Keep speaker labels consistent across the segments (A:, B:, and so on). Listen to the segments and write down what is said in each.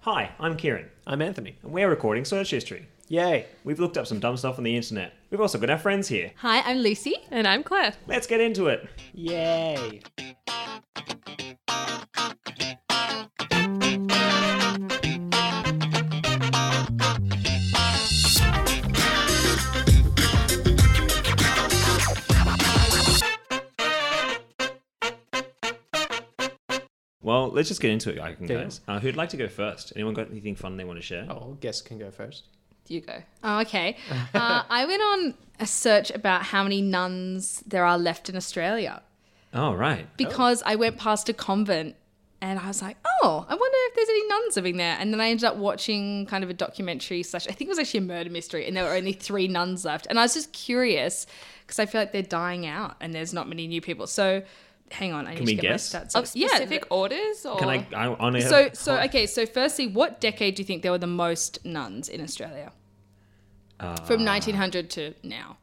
A: Hi, I'm Kieran,
B: I'm Anthony.
A: and we're recording Search History.
B: Yay.
A: We've looked up some dumb stuff on the internet. We've also got our friends here.
C: Hi, I'm Lucy.
D: And I'm Claire.
A: Let's get into it.
B: Yay.
A: Well, let's just get into it, I can
B: Yeah.
A: guys. Uh, who'd like to go first? Anyone got anything fun they want to share?
B: Oh, guest can go first.
D: You go.
C: Oh, okay. Uh, I went on a search about how many nuns there are left in Australia
A: Oh, right.
C: because I went past a convent and I was like, oh, I wonder if there's any nuns living there. And then I ended up watching kind of a documentary slash, I think it was actually a murder mystery, and there were only three nuns left. And I was just curious because I feel like they're dying out and there's not many new people. So hang on, I need
A: we
C: to get
A: guess?
C: my stats.
D: Of
C: up. Yeah,
D: specific orders or
A: Can I? I on
C: So, so okay. So, firstly, what decade do you think there were the most nuns in Australia? From 1900 to now?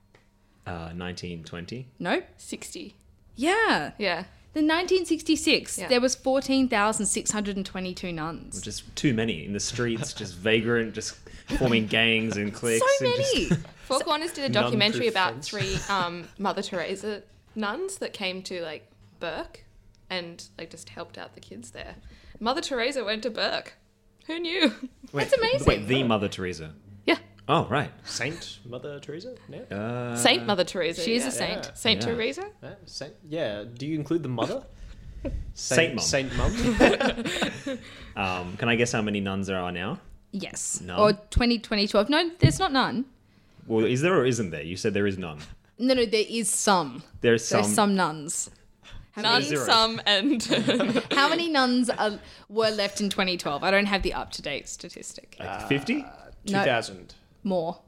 A: uh, 1920.
C: Nope.
D: sixty.
C: Yeah,
D: Yeah.
C: the 1966.
D: Yeah.
C: There was 14,622 nuns.
A: Just too many in the streets, just vagrant, just forming gangs and cliques.
C: So
A: and just-
C: many.
D: Four Corners did a
A: Nun
D: documentary
A: proof
D: about
A: fence.
D: three um, Mother Teresa nuns that came to like Burke and like just helped out the kids there. Mother Teresa went to Burke. Who knew?
B: Wait,
C: That's amazing.
A: Wait, the Mother Teresa.
D: Yeah.
A: Oh, right.
B: Saint Mother Teresa? No?
A: Uh,
D: Saint Mother Teresa.
C: She is
D: yeah.
C: a saint.
B: Yeah.
D: Saint
A: Yeah.
D: Teresa?
B: No? Saint? Yeah. Do you include the mother?
A: Saint Mum.
B: Saint Mum?
A: Um, can I guess how many nuns there are now?
C: Yes.
A: None.
C: Or 20, 2012. No, there's not none.
A: Well, is there or isn't there? You said there is none.
C: No, no, there is some.
A: There is
C: There's some nuns. How
D: None,
C: many,
A: Zero.
D: some, Um, and
C: how many nuns are, were left in 2012? I don't have the up to date statistic.
A: Like 50?
B: 2000.
C: More.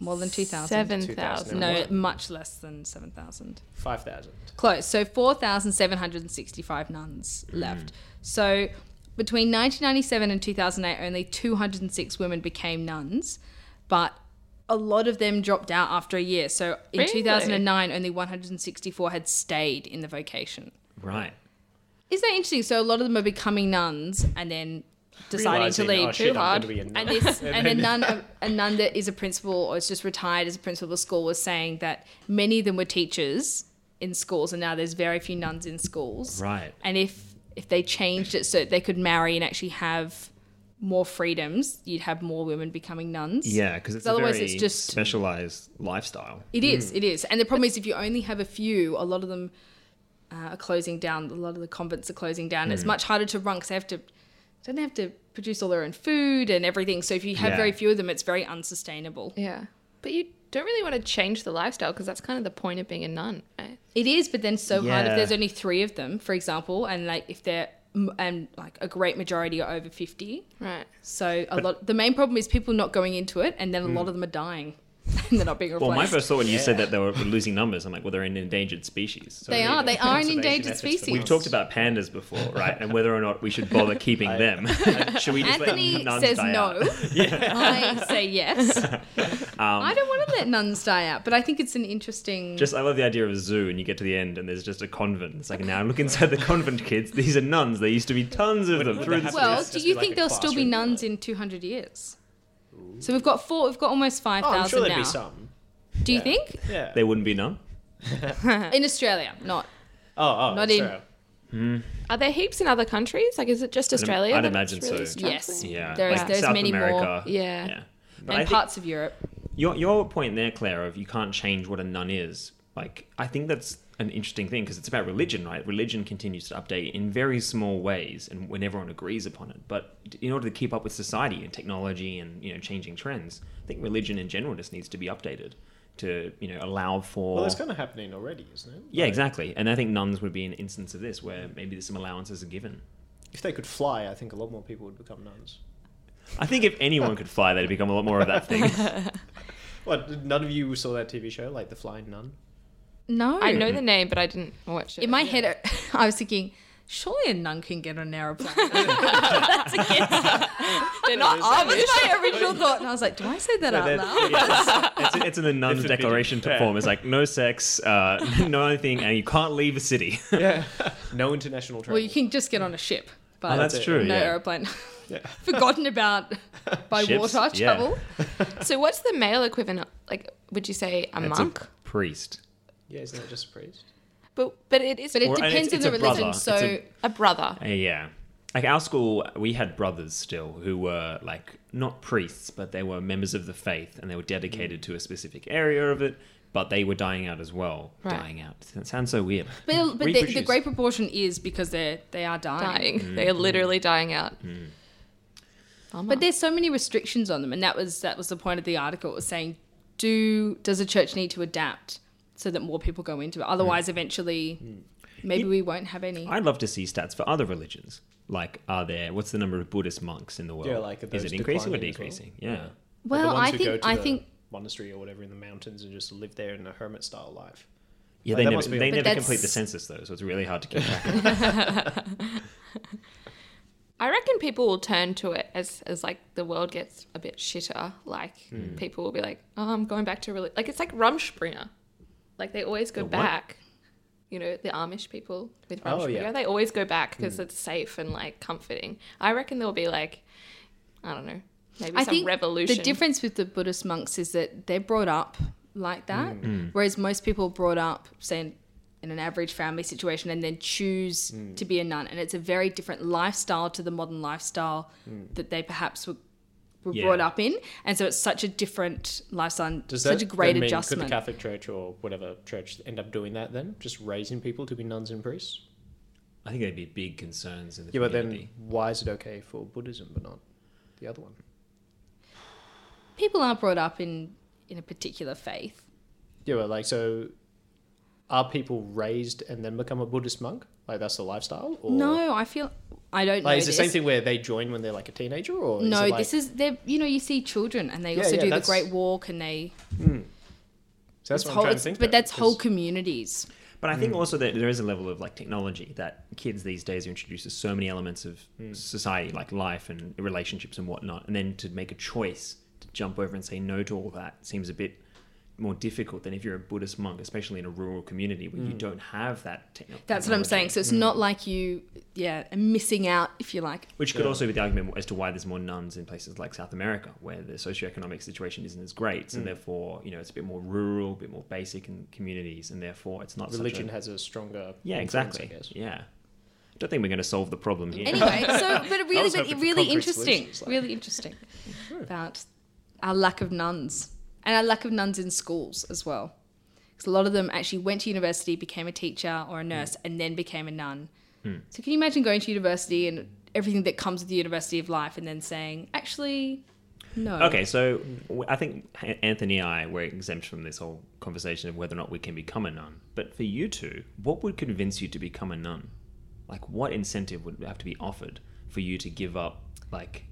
C: More than 2,000.
D: seven
B: 2000.
D: thousand.
C: No, much less than 7,000.
B: 5,000.
C: Close. So 4,765 nuns left. So between 1997 and 2008, only 206 women became nuns, but a lot of them dropped out after a year. So in
D: Really?
C: 2009, only 164 had stayed in the vocation.
A: Right.
C: Isn't that interesting? So a lot of them are becoming nuns and then deciding
B: Realising,
C: to leave.
B: oh, shit,
D: too
B: I'm
D: hard.
B: gonna be a nun.
C: And this, and a nun, a nun that is a principal or is just retired as a principal of school was saying that many of them were teachers in schools, and now there's very few nuns in schools.
A: Right.
C: And if if they changed it so that they could marry and actually have more freedoms, you'd have more women becoming nuns.
A: Yeah, because it's a
C: Otherwise
A: very
C: it's just-
A: specialized lifestyle.
C: It is, it is. And the problem is, if you only have a few, a lot of them uh, are closing down. A lot of the convents are closing down.
A: Mm.
C: It's much harder to run because they have to, don't have to produce all their own food and everything. So if you have
A: Yeah.
C: very few of them, it's very unsustainable.
D: Yeah. But you don't really want to change the lifestyle because that's kind of the point of being a nun, right?
C: It is, but then so hard
A: Yeah.
C: if there's only three of them, for example, and like if they're m- and like a great majority are over fifty.
D: Right.
C: So a lot. The main problem is people not going into it, and then a lot of them are dying, and they're not being replaced.
A: Mm. Well, my first thought when you said
B: Yeah.
A: that they were losing numbers, I'm like, well, they're an endangered species. So
C: they are. They are an
B: Conservation
C: endangered
B: efforts for them.
C: species.
A: We've talked about pandas before, right? And whether or not we should bother keeping them. should we just
C: Anthony
A: let nuns
C: says
A: die
C: no.
A: out?
C: I say yes. I don't want to let nuns die out, but I think it's an interesting.
A: Just, I love the idea of a zoo, and you get to the end, and there's just a convent. It's like, now look inside the convent, kids. These are nuns. There used to be tons of them
B: would
A: through the.
B: that happen?
C: well,
B: Just-
C: do
B: just
C: you
B: be like
C: think
B: a
C: there'll still be
B: classroom,
C: nuns in 200 years? So we've got four. We've got almost five
B: Oh,
C: thousand
B: I'm sure there'd
C: now.
B: be some.
C: Do you
B: yeah.
C: think
B: Yeah.
A: They wouldn't be none.
D: Uh-huh.
C: in Australia? Not.
B: oh, oh,
C: Not
B: not
C: in-
B: in.
D: Are there heaps in other countries? Like, is it just
A: im-
D: Australia?
A: I'd
D: that it's
A: imagine so.
D: struggling?
C: Yes.
A: Yeah,
C: There's
A: like
C: there's
A: South
C: many more.
A: America.
D: Yeah.
A: Yeah, but
C: And
A: I think
C: parts of Europe.
A: Your your point there, Claire, of you can't change what a nun is. Like I think that's an interesting thing because it's about religion, right? Religion continues to update in very small ways, and when everyone agrees upon it. But in order to keep up with society and technology and you know changing trends, I think religion in general just needs to be updated to you know allow for.
B: Well, it's kind of happening already, isn't it?
A: yeah, exactly. And I think nuns would be an instance of this where maybe there's some allowances are given.
B: If they could fly, I think a lot more people would become nuns.
A: I think if anyone could fly, they'd become a lot more of that thing.
B: What? None of you saw that TV show, like The Flying Nun?
C: No,
D: I know the name, but I didn't watch it.
C: In my head, I was thinking, surely a nun can get on an aeroplane. That's against.
D: They're not
C: That was my original thought, and I was like, do I say that out
B: that-
C: loud?
A: It's, it's in the nun's
B: forbidden.
A: declaration to
B: Yeah.
A: form. It's like no sex, uh, no anything, and you can't leave a city.
B: Yeah. no international travel.
C: Well, you can just get on a ship, but
D: Oh,
A: that's
B: it.
A: true.
C: no
A: yeah.
C: aeroplane. forgotten about by
A: Ships,
C: water
A: yeah.
C: travel.
D: So what's the male equivalent? Like, would you say a
A: It's
D: monk?
A: priest.
B: Yeah, isn't that just a priest?
D: But but it is
C: But it
A: Or- and it's-
C: depends on
A: it's
C: the
A: a brother.
C: religion.
A: It's
C: So
A: a-
D: a brother.
A: Uh, yeah. Like our school, we had brothers still who were like not priests, but they were members of the faith and they were dedicated to a specific area of it, but they were dying out as well.
D: Right.
A: Dying out. That sounds so weird.
C: but, but the, the
A: Reproduce.
C: great proportion is because they're they are dying.
D: Dying. They are literally dying out. Oh Bummer.
C: But there's so many restrictions on them, and that was that was the point of the article. It was saying, do does the church need to adapt so that more people go into it? Otherwise, eventually, maybe
A: Hmm. It-
C: we won't have any.
A: I'd love to see stats for other religions. Like, are there, what's the number of Buddhist monks in the world?
B: Yeah, like, are
A: Is
B: those
A: it increasing or
B: declining as well?
A: decreasing? Yeah.
B: Like the
C: well, I
B: ones who go
C: think
B: to
C: I
B: the
C: think
B: monastery or whatever in the mountains and just live there in a hermit style life.
A: Yeah,
B: Like,
A: they
B: that
A: never,
B: must be
A: they
B: a- But
A: never
C: that's-
A: complete the census, though, so it's really hard to keep track of.
D: I reckon people will turn to it as as like the world gets a bit shitter. Like people will be like, "Oh, I'm going back to really like it's like Rumspringer. Like they always go
A: The what?
D: back. You know, the Amish people with Rumspringer,
B: Oh, yeah.
D: they always go back because it's safe and like comforting. I reckon there'll be like, I don't know, maybe
C: I
D: some
C: think
D: revolution.
C: the difference with the Buddhist monks is that they're brought up like that,
B: Mm.
D: Mm.
C: whereas most people are brought up, say, in, in an average family situation, and then choose
D: Mm.
C: to be a nun, and it's a very different lifestyle to the modern lifestyle
D: Mm.
C: that they perhaps were. Were
A: Yeah.
C: brought up in, and so it's such a different lifestyle,
B: Does
C: such
B: that
C: a great
B: then mean, Could
C: adjustment.
B: the Catholic Church or whatever church end up doing that then? Just raising people to be nuns and priests?
A: I think there'd be big concerns in the
B: Yeah, but then
A: community.
B: why is it okay for Buddhism but not the other one?
C: People are brought up in in a particular faith.
B: Yeah, but like so, are people raised and then become a Buddhist monk? Like that's the lifestyle? Or
C: no, I feel I don't know.
B: Like, is the
C: this.
B: same thing where they join when they're like a teenager, or is
C: No,
B: it like,
C: this is they. You know, you see children, and they
B: Yeah,
C: also
B: yeah,
C: do the
B: that's-
C: Great Walk, and they
B: so that's
C: It's
B: what
C: whole-
B: I'm trying to
C: it's-
B: think.
C: But
B: about,
C: that's whole
B: 'cause-
C: communities.
A: But I
B: Mm.
A: think also that there is a level of like technology that kids these days are introduced to so many elements of
B: Mm.
A: society, like life and relationships and whatnot. And then to make a choice to jump over and say no to all that seems a bit more difficult than if you're a Buddhist monk, especially in a rural community where you
B: Mm.
A: don't have that techno- technology.
C: That's what I'm saying. So it's
B: Hmm.
C: not like you, yeah, are missing out if you like.
A: Which could
B: Yeah.
A: also be the argument as to why there's more nuns in places like South America, where the socioeconomic situation isn't as great,
B: Mm.
A: so therefore you know it's a bit more rural, a bit more basic in communities, and therefore it's not Such a,
B: religion has a stronger
A: Yeah,
B: influence,
A: exactly.
B: I guess.
A: Yeah. I don't think we're going to solve the problem here.
C: Anyway, so but it
B: I
C: really,
B: was
C: but
B: hoping
C: it
B: for
C: really
B: concrete
C: interesting,
B: solutions, like- Hmm.
C: really interesting about our lack of nuns and our lack of nuns in schools as well. Because a lot of them actually went to university, became a teacher or a
B: Hmm.
C: nurse, and then became a nun. So can you imagine going to university and everything that comes with the university of life, and then saying, actually, no.
A: Okay, so w- I think A- Anthony and I were exempt from this whole conversation of whether or not we can become a nun. But for you two, what would convince you to become a nun? Like, what incentive would have to be offered for you to give up, like,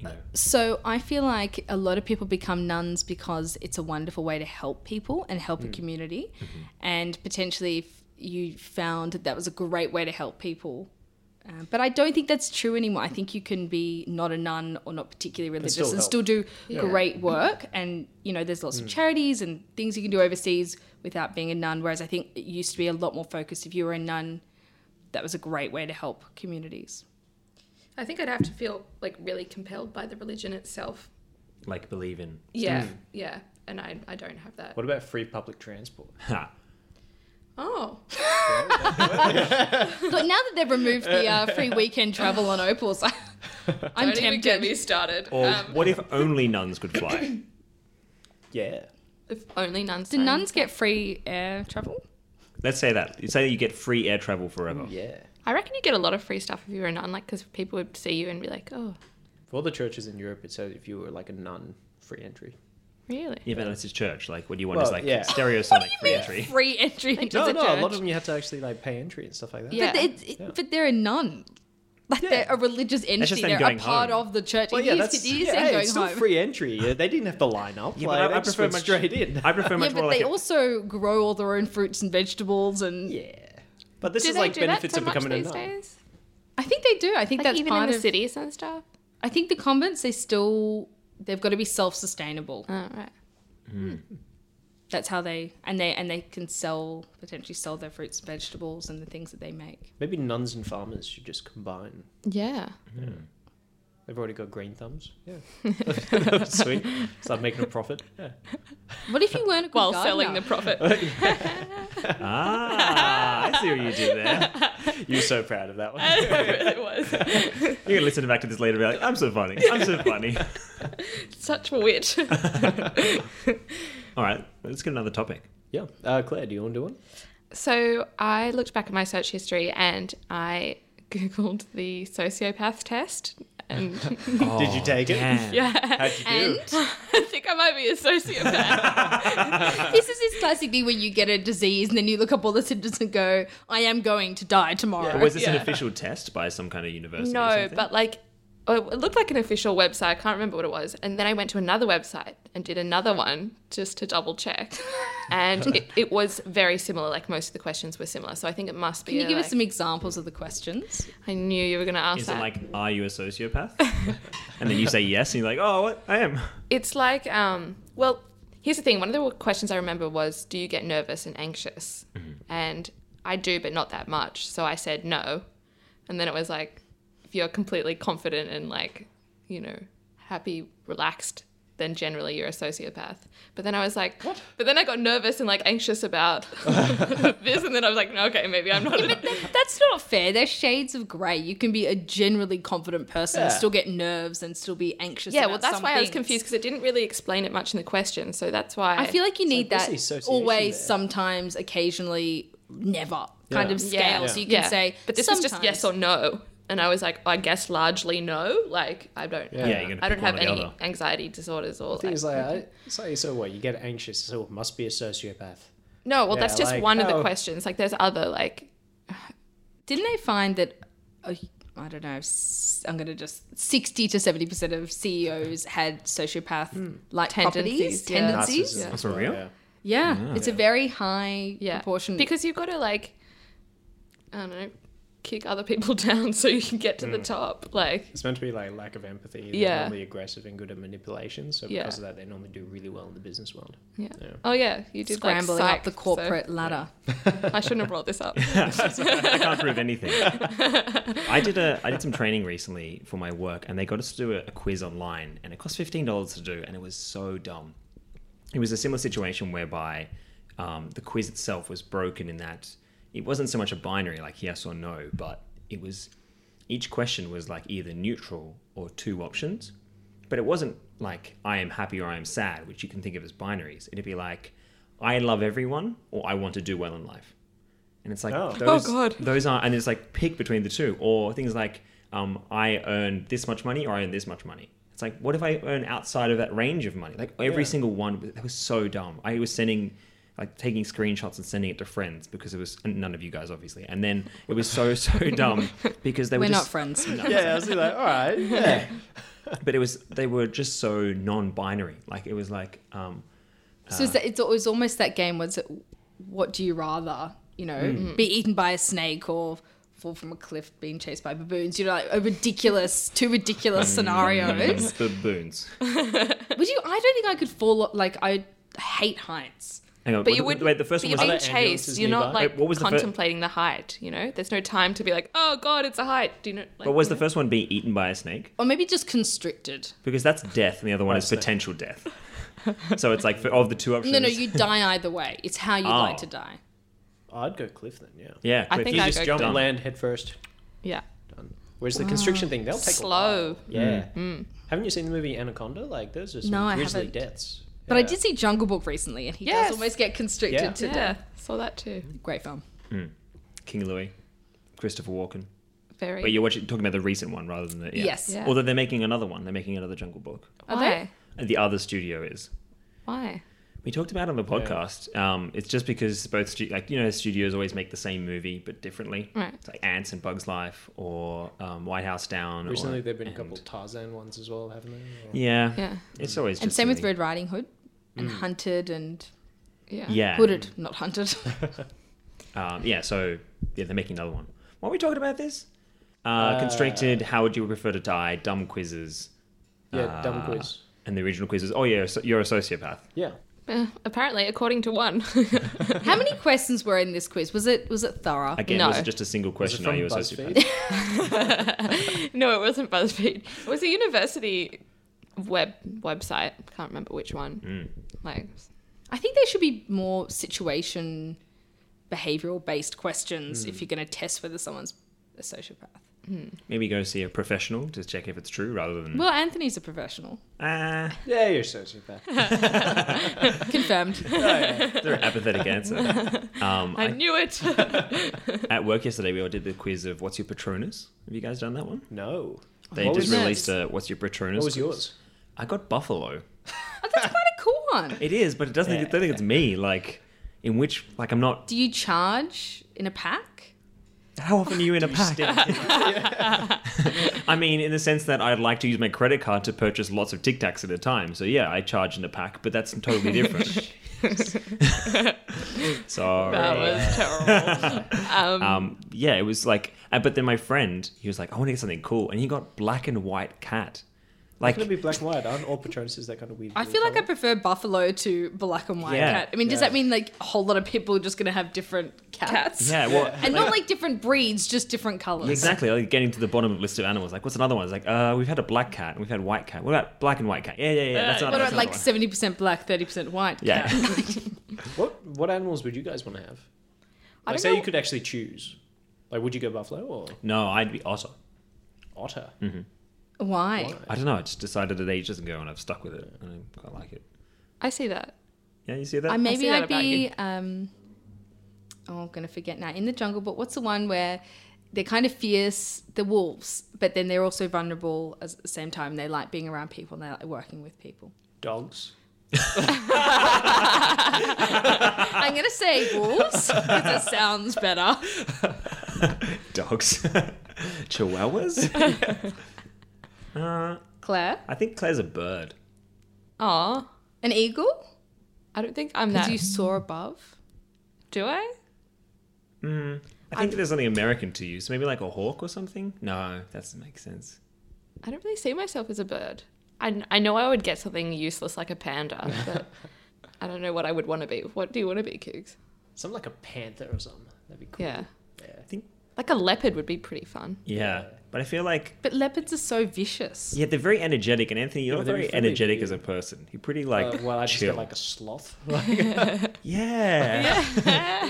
A: you know?
C: So I feel like a lot of people become nuns because it's a wonderful way to help people and help
B: Mm.
C: a community.
B: Mm-hmm.
C: And potentially, if you found that that was a great way to help people. Um, but I don't think that's true anymore. I think you can be not a nun or not particularly religious
B: still
C: and
B: help. Mm.
C: still do great work. And, you know, there's lots of charities and things you can do overseas without being a nun. Whereas I think it used to be a lot more focused if you were a nun, that was a great way to help communities.
D: I think I'd have to feel like really compelled by the religion itself.
A: like believe in.
D: Yeah, yeah, and I I don't have that.
B: What about free public transport?
A: Ha.
D: Oh,
C: Look, now that they've removed the uh, free weekend travel on Opals, I, I'm
D: don't even get
C: tempted.
D: me started.
A: Or
D: Um,
A: what if only nuns could fly?
B: Yeah,
D: If only nuns.
C: Do
D: don't.
C: nuns get free air travel?
A: Let's say that. You say you get free air travel forever.
B: yeah.
D: I reckon you get a lot of free stuff if you're a nun, like because people would see you and be like, "Oh,
B: For all the churches in Europe, it says if you were like a nun, free entry.
D: really?"
A: Yeah, but that's his church. Like, what do you want?
B: Well,
A: is like
B: yeah.
A: stereosonic free entry.
C: Free entry into
B: No,
C: the
B: no,
C: church.
B: a lot of them you have to actually like pay entry and stuff like that.
D: Yeah.
C: But, they, it, but they're a nun. Like
B: Yeah.
C: they're a religious entity.
A: just them
C: They're a
A: going
C: part
A: home.
C: of the church.
B: Well,
C: it
B: yeah,
C: is,
B: that's
C: it is
B: yeah,
C: them
B: hey,
C: going
B: it's still
C: home.
B: free entry. Yeah, they didn't have to line up.
A: Yeah, but
B: like,
A: I-
B: they
A: I
B: just
A: prefer
B: went
A: much-
B: straight in.
A: I prefer
C: Yeah,
A: much
C: but
A: more
C: they
A: like a-
C: also grow all their own fruits and vegetables, and
B: Yeah, but this
D: do
B: is
D: they
B: like
D: do
B: benefits
D: that so
B: of becoming
D: much
B: a
D: these
B: nun.
D: days?
C: I think they do. I think
D: Like
C: that's
D: even
C: part
D: in the
C: of.
D: cities and stuff.
C: I think the convents they still they've got to be self-sustainable.
D: Oh, right.
C: That's how they and they and they can sell potentially sell their fruits and vegetables and the things that they make.
B: Maybe nuns and farmers should just combine.
D: Yeah.
B: They've already got green thumbs. Yeah. Sweet. Start making a profit. Yeah.
C: What if you weren't a good
D: while
C: gardener?
D: selling the profit.
A: Ah, I see what you did there.
B: You're so proud of that one.
D: I really was.
A: You're gonna listen back to this later and be like, I'm so funny. I'm so funny.
D: Such wit.
A: All right, let's get another topic.
B: Yeah. Uh, Claire, do you want to do one?
D: So I looked back at my search history and I googled the sociopath test, and
B: Did you take it?
A: Oh, damn.
D: yeah,
B: How'd you do?
D: I think I might be a sociopath.
C: This is this classic thing where you get a disease and then you look up all the symptoms and go, I am going to die tomorrow.
A: But was this an
D: Yeah.
A: official test by some kind of university? or
D: no,
A: something?
D: but like. oh, It looked like an official website. I can't remember what it was. And then I went to another website and did another one just to double check. And it, it was very similar. Like most of the questions were similar. So I think it must be.
C: Can you
D: a,
C: give
D: like-
C: us some examples of the questions?
D: I knew you were going to ask
A: Is
D: that.
A: it like, are you a sociopath? and then you say yes, and you're like, oh, what? I am.
D: It's like, um, well, here's the thing. One of the questions I remember was, "Do you get nervous and anxious?" And I do, but not that much. So I said no, and then it was like, if you're completely confident and like, you know, happy, relaxed, then generally you're a sociopath. But then I was like, But then I got nervous and like anxious about this, and then I was like, no, okay, maybe I'm not. a-
C: That's not fair. They're shades of grey. You can be a generally confident person and
B: Yeah.
C: still get nerves and still be anxious.
D: yeah,
C: about
D: well, that's
C: some
D: why I was
C: things.
D: confused because it didn't really explain it much in the question. So that's why
C: I feel like you need
B: like, what's the
C: that
B: association
C: always,
B: there?
C: sometimes, occasionly, never kind
B: Yeah.
C: of scale.
D: Yeah.
C: So you
D: Yeah.
C: can say,
D: but this is just yes or no. And I was like, I guess largely no. Like I don't,
B: Yeah.
D: I,
A: Yeah, you're gonna
D: I don't
A: pick one
D: have
A: or the
D: any
A: other.
D: anxiety disorders or
B: Thing
D: like,
B: is, like, I, so, so what? You get anxious. So it must be a sociopath.
D: no. Well,
B: Yeah,
D: that's just
B: like,
D: one of the
B: oh.
D: questions. Like there's other like
C: Didn't they find that, uh, I don't know, s- I'm going to just 60 to 70% of CEOs had sociopath
D: Hmm.
C: like
D: Tendencies,
C: tendencies?
D: yeah.
C: Tendencies?
B: Narcissism.
A: That's for real?
B: Yeah.
C: Yeah. It's a very high
D: yeah
C: proportion.
D: because you've got to like I don't know kick other people down so you can get to
A: Hmm.
D: the top. Like
B: It's meant to be like lack of empathy. They're
D: Yeah.
B: normally aggressive and good at manipulation. So
D: Yeah.
B: because of that, they normally do really well in the business world.
D: yeah.
B: Yeah.
D: Oh yeah, you did
C: scrambling
D: like, psych,
C: up the
D: so
C: corporate ladder.
D: I shouldn't have brought this up.
A: I can't prove anything. I did a I did some training recently for my work, and they got us to do a, a quiz online, and it cost fifteen dollars to do, and it was so dumb. It was a similar situation whereby um, the quiz itself was broken in that it wasn't so much a binary like yes or no, but it was each question was like either neutral or two options, but it wasn't like I am happy or I am sad, which you can think of as binaries. It'd be like I love everyone or I want to do well in life. And it's like
B: Oh. Oh,
A: those,
D: God.
A: those are and it's like pick between the two or things like um, I earn this much money or I earn this much money. It's like what if I earn outside of that range of money? Like every
B: Yeah.
A: single one that was so dumb. I was sending like taking screenshots and sending it to friends because it was and none of you guys obviously. And then it was so so dumb because they were
C: We're
A: just
C: not friends.
B: Yeah, I was like, all right. Yeah.
A: but it was they were just so non-binary. Like it was like um,
C: So it's, it's, it was almost that game was it, what do you rather, you know,
A: Hmm.
C: be eaten by a snake or fall from a cliff being chased by baboons? You know, like a ridiculous, two
A: Hmm.
C: ridiculous scenarios.
A: baboons.
C: Would you? I don't think I could fall, like, I hate heights.
A: Hang on,
D: But
A: wait,
D: you would
A: wait. The first
D: but
A: one
D: you're
A: was
B: Are
D: being
B: there
D: chased.
B: ambulances
D: You're not
B: nearby?
D: like
A: Wait, what was the fir-
D: contemplating the height. You know, there's no time to be like, oh god, it's a height. Do you know? Like,
A: but was the
D: you
A: first one being eaten by a snake?
C: Or maybe just constricted.
A: Because that's death, and the other one is
B: That's it.
A: potential death. so it's like for, of the two options.
C: No, no, you die either way. It's how you'd
A: Oh.
C: like to die.
B: I'd go cliff then, yeah.
A: yeah.
D: I
A: Cliff,
D: think
A: you
D: I'd
A: just
D: go
A: jump
B: Jump
D: Done.
B: land head first.
D: Yeah.
B: Done. Whereas the
C: Ah,
B: constriction thing, they'll take A while.
D: Slow.
B: Yeah. Haven't you seen the movie Anaconda? Like, those are some
C: Mm. No, I
B: grisly
C: haven't.
B: deaths.
C: But I
B: Yeah.
C: did see Jungle Book recently, and he
D: Yes.
C: does almost get constricted
B: Yeah.
C: to
D: Yeah.
C: death.
D: Saw that too.
C: Great film.
A: King Louis, Christopher Walken.
D: Very.
A: But you're watching, talking about the recent one rather than the yeah.
C: Yes.
D: Yeah.
A: Although they're making another one. They're making another Jungle Book.
C: Are
D: Why?
C: they?
A: The other studio is.
D: Why?
A: We talked about it on the podcast. Um, it's just because both, stu- like you know, studios always make the same movie but differently.
D: Right.
A: It's like Ants and Bugs Life or um, White House Down. or-
B: Recently, there have been a couple
A: and-
B: Tarzan ones as well, haven't there? Or-
A: Yeah.
D: Yeah.
A: It's always
C: And
A: just Mm.
C: same with
A: silly.
C: Red Riding Hood, and Hunted, and
D: Yeah.
A: Yeah.
C: Hooded, not Hunted.
A: Um, yeah. So yeah, they're making another one. Why are we talking about this? Uh,
B: Uh,
A: constricted. How would you prefer to die? Dumb quizzes.
B: Yeah, dumb
A: Uh,
B: quiz.
A: And the original quizzes. Oh yeah, so you're a sociopath.
B: Yeah.
D: Uh, apparently, according to one.
C: How many questions were in this quiz? Was it was it thorough?
A: Again,
D: No.
A: was it just a single
B: Was it
A: question?
B: from
A: Are you a
B: BuzzFeed?
A: sociopath?
D: no, it wasn't BuzzFeed. It was a university web website. Can't remember which one. Like,
C: I think there should be more situation behavioral based questions
A: Mm.
C: if you're going to test whether someone's a sociopath.
A: Maybe go see a professional to check if it's true rather than.
C: Well, Anthony's a professional.
A: ah,
B: Yeah, you're a sociopath.
C: Confirmed.
A: they're an apathetic answer. Um,
D: I,
A: I-
D: knew it.
A: at work yesterday, we all did the quiz of what's your Patronus. Have you guys done that one?
B: No.
A: They
B: What
A: just
B: was-
C: yours?
A: released a what's your Patronus.
B: What was
A: quiz.
B: yours?
A: I got buffalo.
C: Oh, that's quite a cool one.
A: It is, but it doesn't. I don't think it's me. Like, in which, like, I'm not.
C: Do you charge in a pack?
A: How often are you in a pack? I mean, in the sense that I'd like to use my credit card to purchase lots of Tic Tacs at a time. So yeah, I charge in a pack, but that's totally different. Sorry.
D: that was terrible.
A: Um, yeah, it was like, uh, but then my friend, he was like, I want to get something cool, and he got black and white cat. Like,
B: Can it be black and white? Aren't all Patronuses that kind of weird?
C: I feel like I prefer buffalo to black and white
A: Yeah.
C: cat. I mean, does
B: Yeah.
C: that mean like a whole lot of people are just going to have different cats?
A: yeah, well,
C: And not like different breeds, just different colors.
A: exactly. Like getting to the bottom of the list of animals. Like, what's another one? It's like, uh, we've had a black cat, and we've had white cat. What about black and white cat? Yeah, yeah, yeah. That's
D: Yeah.
A: another,
C: What
A: that's
C: about
A: another
C: like
A: one.
C: seventy percent black, thirty percent white?
A: Yeah.
C: cat?
B: What what animals would you guys want to have?
D: I
B: Like,
D: don't
B: say
D: know.
B: you could actually choose. Like, would you go buffalo or
A: No, I'd be otter.
B: otter?
C: Why?
A: I don't know. I just decided that age doesn't go, and I've stuck with it, and I quite like it.
D: I see that.
A: Yeah, you see that?
C: I maybe
D: see that
C: I'd
D: about
C: be. Um, oh, I'm gonna forget now. In the jungle, but what's the one where they're kind of fierce, the wolves, but then they're also vulnerable as- at the same time. They like being around people and they like working with people.
B: Dogs.
C: I'm gonna say wolves because it sounds better.
A: Dogs, chihuahuas. Uh,
C: Claire,
A: I think Claire's a bird.
D: Aw,
C: an eagle?
D: I don't think I'm
C: Because
D: that.
C: you soar above.
D: Do I?
A: I think there's something American to you, so maybe like a hawk or something. No, that doesn't make sense.
D: I don't really see myself as a bird. I, I know I would get something useless like a panda, but I don't know what I would want to be. What do you want to be, Cougs?
B: Something like a panther or something. That'd be cool.
D: Yeah.
B: Yeah.
D: Like a leopard would be pretty fun.
A: Yeah, but I feel like
C: But leopards are so vicious.
A: yeah, they're very energetic, and Anthony, you're
B: Yeah,
A: not
B: they're
A: very
B: very
A: energetic
B: cute.
A: as a person. You're pretty like
B: Uh, well, I just
A: chill.
B: get like a sloth.
A: yeah,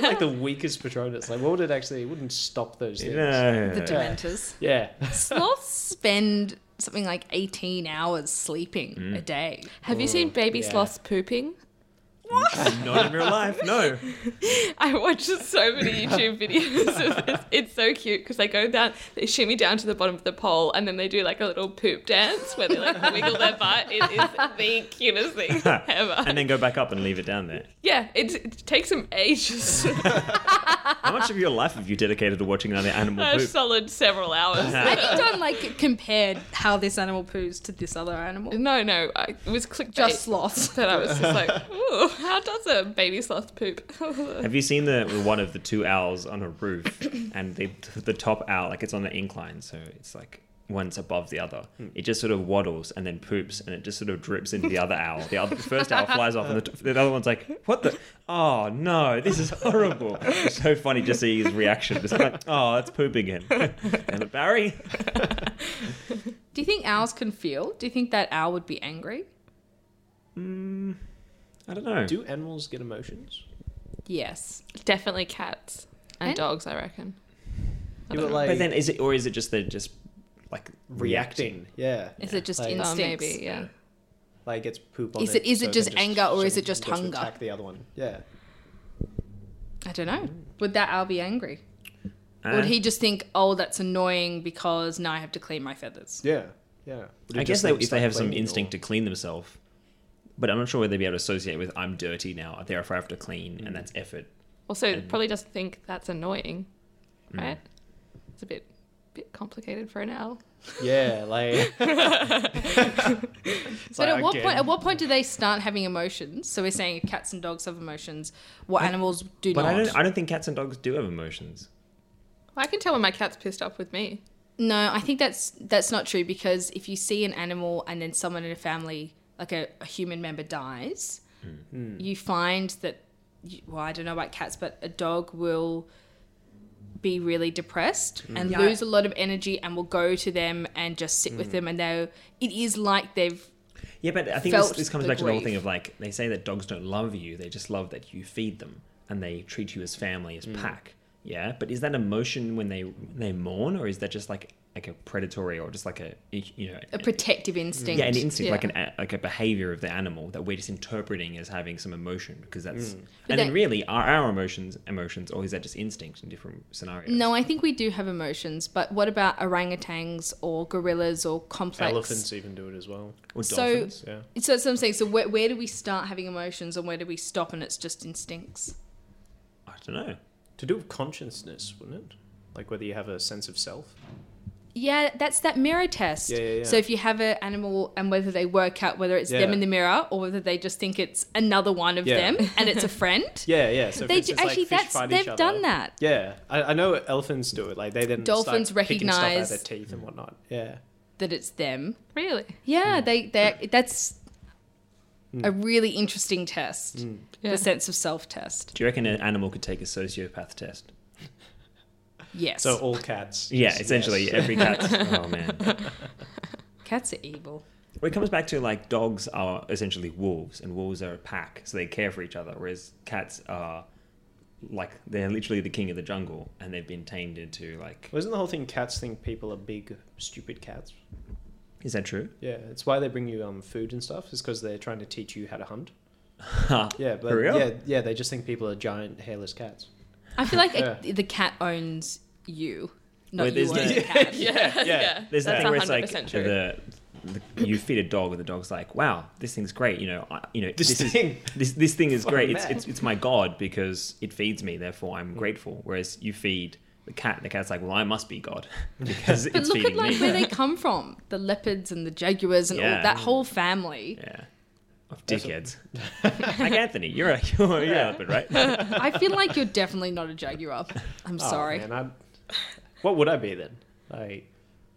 B: like the weakest Patronus. Like, what would it actually? It wouldn't stop those things.
A: No.
C: The dementors.
B: Yeah.
C: Sloths spend something like 18 hours sleeping
A: Mm.
C: a day.
D: Have you seen baby
B: yeah.
D: sloths pooping?
A: not in real life. No,
D: I watch so many YouTube videos of this. It's so cute because they go down, they shimmy down to the bottom of the pole, and then they do like a little poop dance where they like wiggle their butt. It is the cutest thing ever.
A: and then go back up and leave it down there.
D: Yeah, it, it takes them ages,
A: How much of your life have you dedicated to watching another animal
D: a
A: poop?
D: solid several hours.
C: Have you done like compared how this animal poos to this other animal?
D: No, no, I, it was clickbait.
C: Just sloths.
D: that I was just like, ooh, how does a baby sloth poop?
A: Have you seen the the one of the two owls on a roof, and the the top owl like it's on the incline, so it's like one's above the other.
B: Hmm.
A: It just sort of waddles and then poops, and it just sort of drips into the other owl. The other the first owl flies off, and the, t- the other one's like, "What the? Oh no, this is horrible!" It's so funny just seeing his reaction. It's like, "Oh, that's poop again." and Barry,
C: Do you think owls can feel? Do you think that owl would be angry?
A: I don't know.
B: Do animals get emotions?
C: Yes.
D: Definitely cats and,
C: And-
D: dogs, I reckon. I
B: Yeah,
D: don't
B: but
D: know.
B: like
A: but then is it or is it just they're just like
B: reacting. Yeah.
C: Is it just
B: Like-
D: Oh,
C: instincts?
D: maybe, yeah.
B: Like it's poop on
C: Is it- is it
B: so
C: just
B: can
C: anger or is
B: so
C: it just
B: can go to
C: hunger?
B: Attack the other one. Yeah.
C: I don't know. Would that owl be angry?
A: Uh,
C: Or would he just think, oh, that's annoying because now I have to clean my feathers?
B: Yeah. Yeah. Would it
A: I
B: just,
A: guess they,
B: like,
A: if they
B: start
A: have some
B: cleaning or-
A: instinct to clean themselves, but I'm not sure whether they'd be able to associate with "I'm dirty now," therefore I have to clean,
B: Mm.
A: and that's effort.
D: Also, it probably doesn't think that's annoying,
A: Mm.
D: right? It's a bit, bit complicated for an owl.
B: Yeah, like.
C: So at what point? At what point do they start having emotions? So we're saying if cats and dogs have emotions, what animals do
A: But I
C: not?
A: don't. I don't think cats and dogs do have emotions.
D: Well, I can tell when my cat's pissed off with me.
C: No, I think that's that's not true because if you see an animal and then someone in a family, like a, a human member, dies,
A: Hmm.
C: you find that, you- well, I don't know about cats, but a dog will be really depressed
A: Hmm.
C: and
E: Yeah.
C: lose a lot of energy and will go to them and just sit
A: Hmm.
C: with them. And they it is like they've,
A: Yeah, but I think this,
C: felt
A: this comes
C: the
A: back to the whole
C: grief.
A: thing of like they say that dogs don't love you; they just love that you feed them and they treat you as family,
B: Mm.
A: as pack. Yeah, but is that emotion when they when they mourn, or is that just like like a predatory or just like a you know
C: a protective instinct.
A: Hmm. yeah an instinct
D: yeah.
A: like an a- like a behavior of the animal that we're just interpreting as having some emotion because
B: Mm.
A: that's and
C: that-
A: then really are our emotions emotions or is that just instinct in different scenarios?
C: No, I think we do have emotions, but what about orangutans or gorillas or complex
B: Elephants even do it as well.
A: or
C: so-
A: dolphins.
B: Yeah.
C: So that's what I'm saying. So where, where do we start having emotions, and where do we stop? And it's just instincts.
A: I don't know.
B: To do with consciousness, wouldn't it? Like whether you have a sense of self.
C: Yeah, that's that mirror test.
B: Yeah, yeah, yeah.
C: So if you have an animal and whether they work out whether it's them
B: Yeah.
C: in the mirror or whether they just think it's another one of
B: Yeah.
C: them and it's a friend,
B: Yeah, yeah. So if
C: they
B: it's
C: do,
B: just, like,
C: actually
B: fish
C: that's
B: fight each
C: they've
B: other-
C: done that.
B: Yeah, I, I know elephants do it. Like they then
C: Dolphins
B: start picking stuff out of
C: recognize-
B: their teeth
A: Mm.
B: and whatnot. Yeah,
C: That it's them.
D: Really?
B: Hmm.
C: Yeah, they they that's a really interesting test.
B: Hmm.
D: Yeah.
C: The sense of self test.
A: Do you reckon an animal could take a sociopath test?
C: Yes.
B: so all cats.
A: Yeah,
B: just-
A: essentially
B: yes.
A: every cat. oh man.
C: Cats are evil.
A: Well, it comes back to like dogs are essentially wolves, and wolves are a pack, so they care for each other. Whereas cats are like they're literally the king of the jungle, and they've been tamed into like.
B: Wasn't the whole thing cats think people are big, stupid cats?
A: Is that true?
B: Yeah, it's why they bring you um food and stuff. Is because they're trying to teach you how to hunt. Yeah, but
A: For real?
B: yeah, yeah, they just think people are giant hairless cats.
C: I feel like
B: Yeah.
C: a, the cat owns you, not
A: Well,
C: you
A: there's
C: own
A: no-
C: the cat.
D: Yeah.
B: yeah.
A: There's that
D: That's
A: thing where it's like
D: 100% true.
A: the, the you feed a dog, and the dog's like, "Wow, this thing's great." You know, I, you know,
B: This,
A: is-
B: thing.
A: this this thing is great. It's,
B: mad.
A: it's it's my god because it feeds me. Therefore, I'm grateful. Whereas you feed the cat, and the cat's like, "Well, I must be god because
C: But
A: it's
C: look
A: feeding
C: at like
A: me."
C: where they come from. The leopards and the jaguars and all
A: Yeah.
C: that whole family.
A: Yeah, of dickheads.
B: That's
A: like Anthony, you're a you're, you're a leopard, right?
C: I feel like you're definitely not a jaguar. I'm
B: Oh,
C: sorry.
B: man, I'd- what would I be then? Like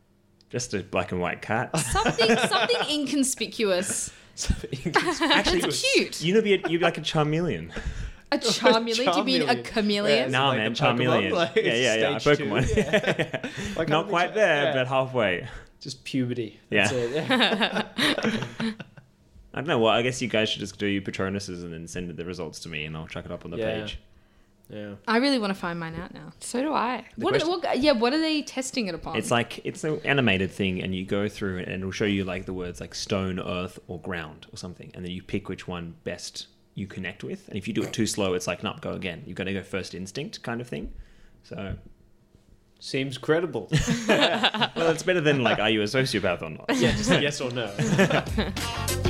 A: Just a black and white cat.
C: Something something inconspicuous.
B: something-
A: Actually,
C: That's cute.
A: You'd be a, you'd be like a chameleon.
C: A charmeleon? Do you mean a
B: Charmeleon.
C: chameleon?
B: Is it
A: nah,
B: like
A: man,
B: the Pokemon?
A: chameleon.
B: Like,
A: yeah, yeah, yeah. A
B: stage two,
A: Pokemon.
B: Like,
A: Not
B: I'm
A: quite
B: literally-
A: there,
B: yeah,
A: but halfway.
B: just puberty.
A: Yeah.
B: That's it, yeah.
A: I don't know. Well, I guess you guys should just do your Patronuses and then send the results to me, and I'll chuck it up on the
B: Yeah.
A: page.
B: yeah.
C: I really want to find mine out now.
D: So do I.
A: The
C: What, are-
A: question-
C: what? Yeah. What are they testing it upon?
A: It's like it's an animated thing, and you go through, it and it'll show you like the words like stone, earth, or ground, or something, and then you pick which one best you connect with. And if you do it too slow, it's like, no, go again. You've got to go first instinct kind of thing. So,
B: Seems credible.
A: well, it's better than like, are you a sociopath or not?
B: yeah, just yes or no.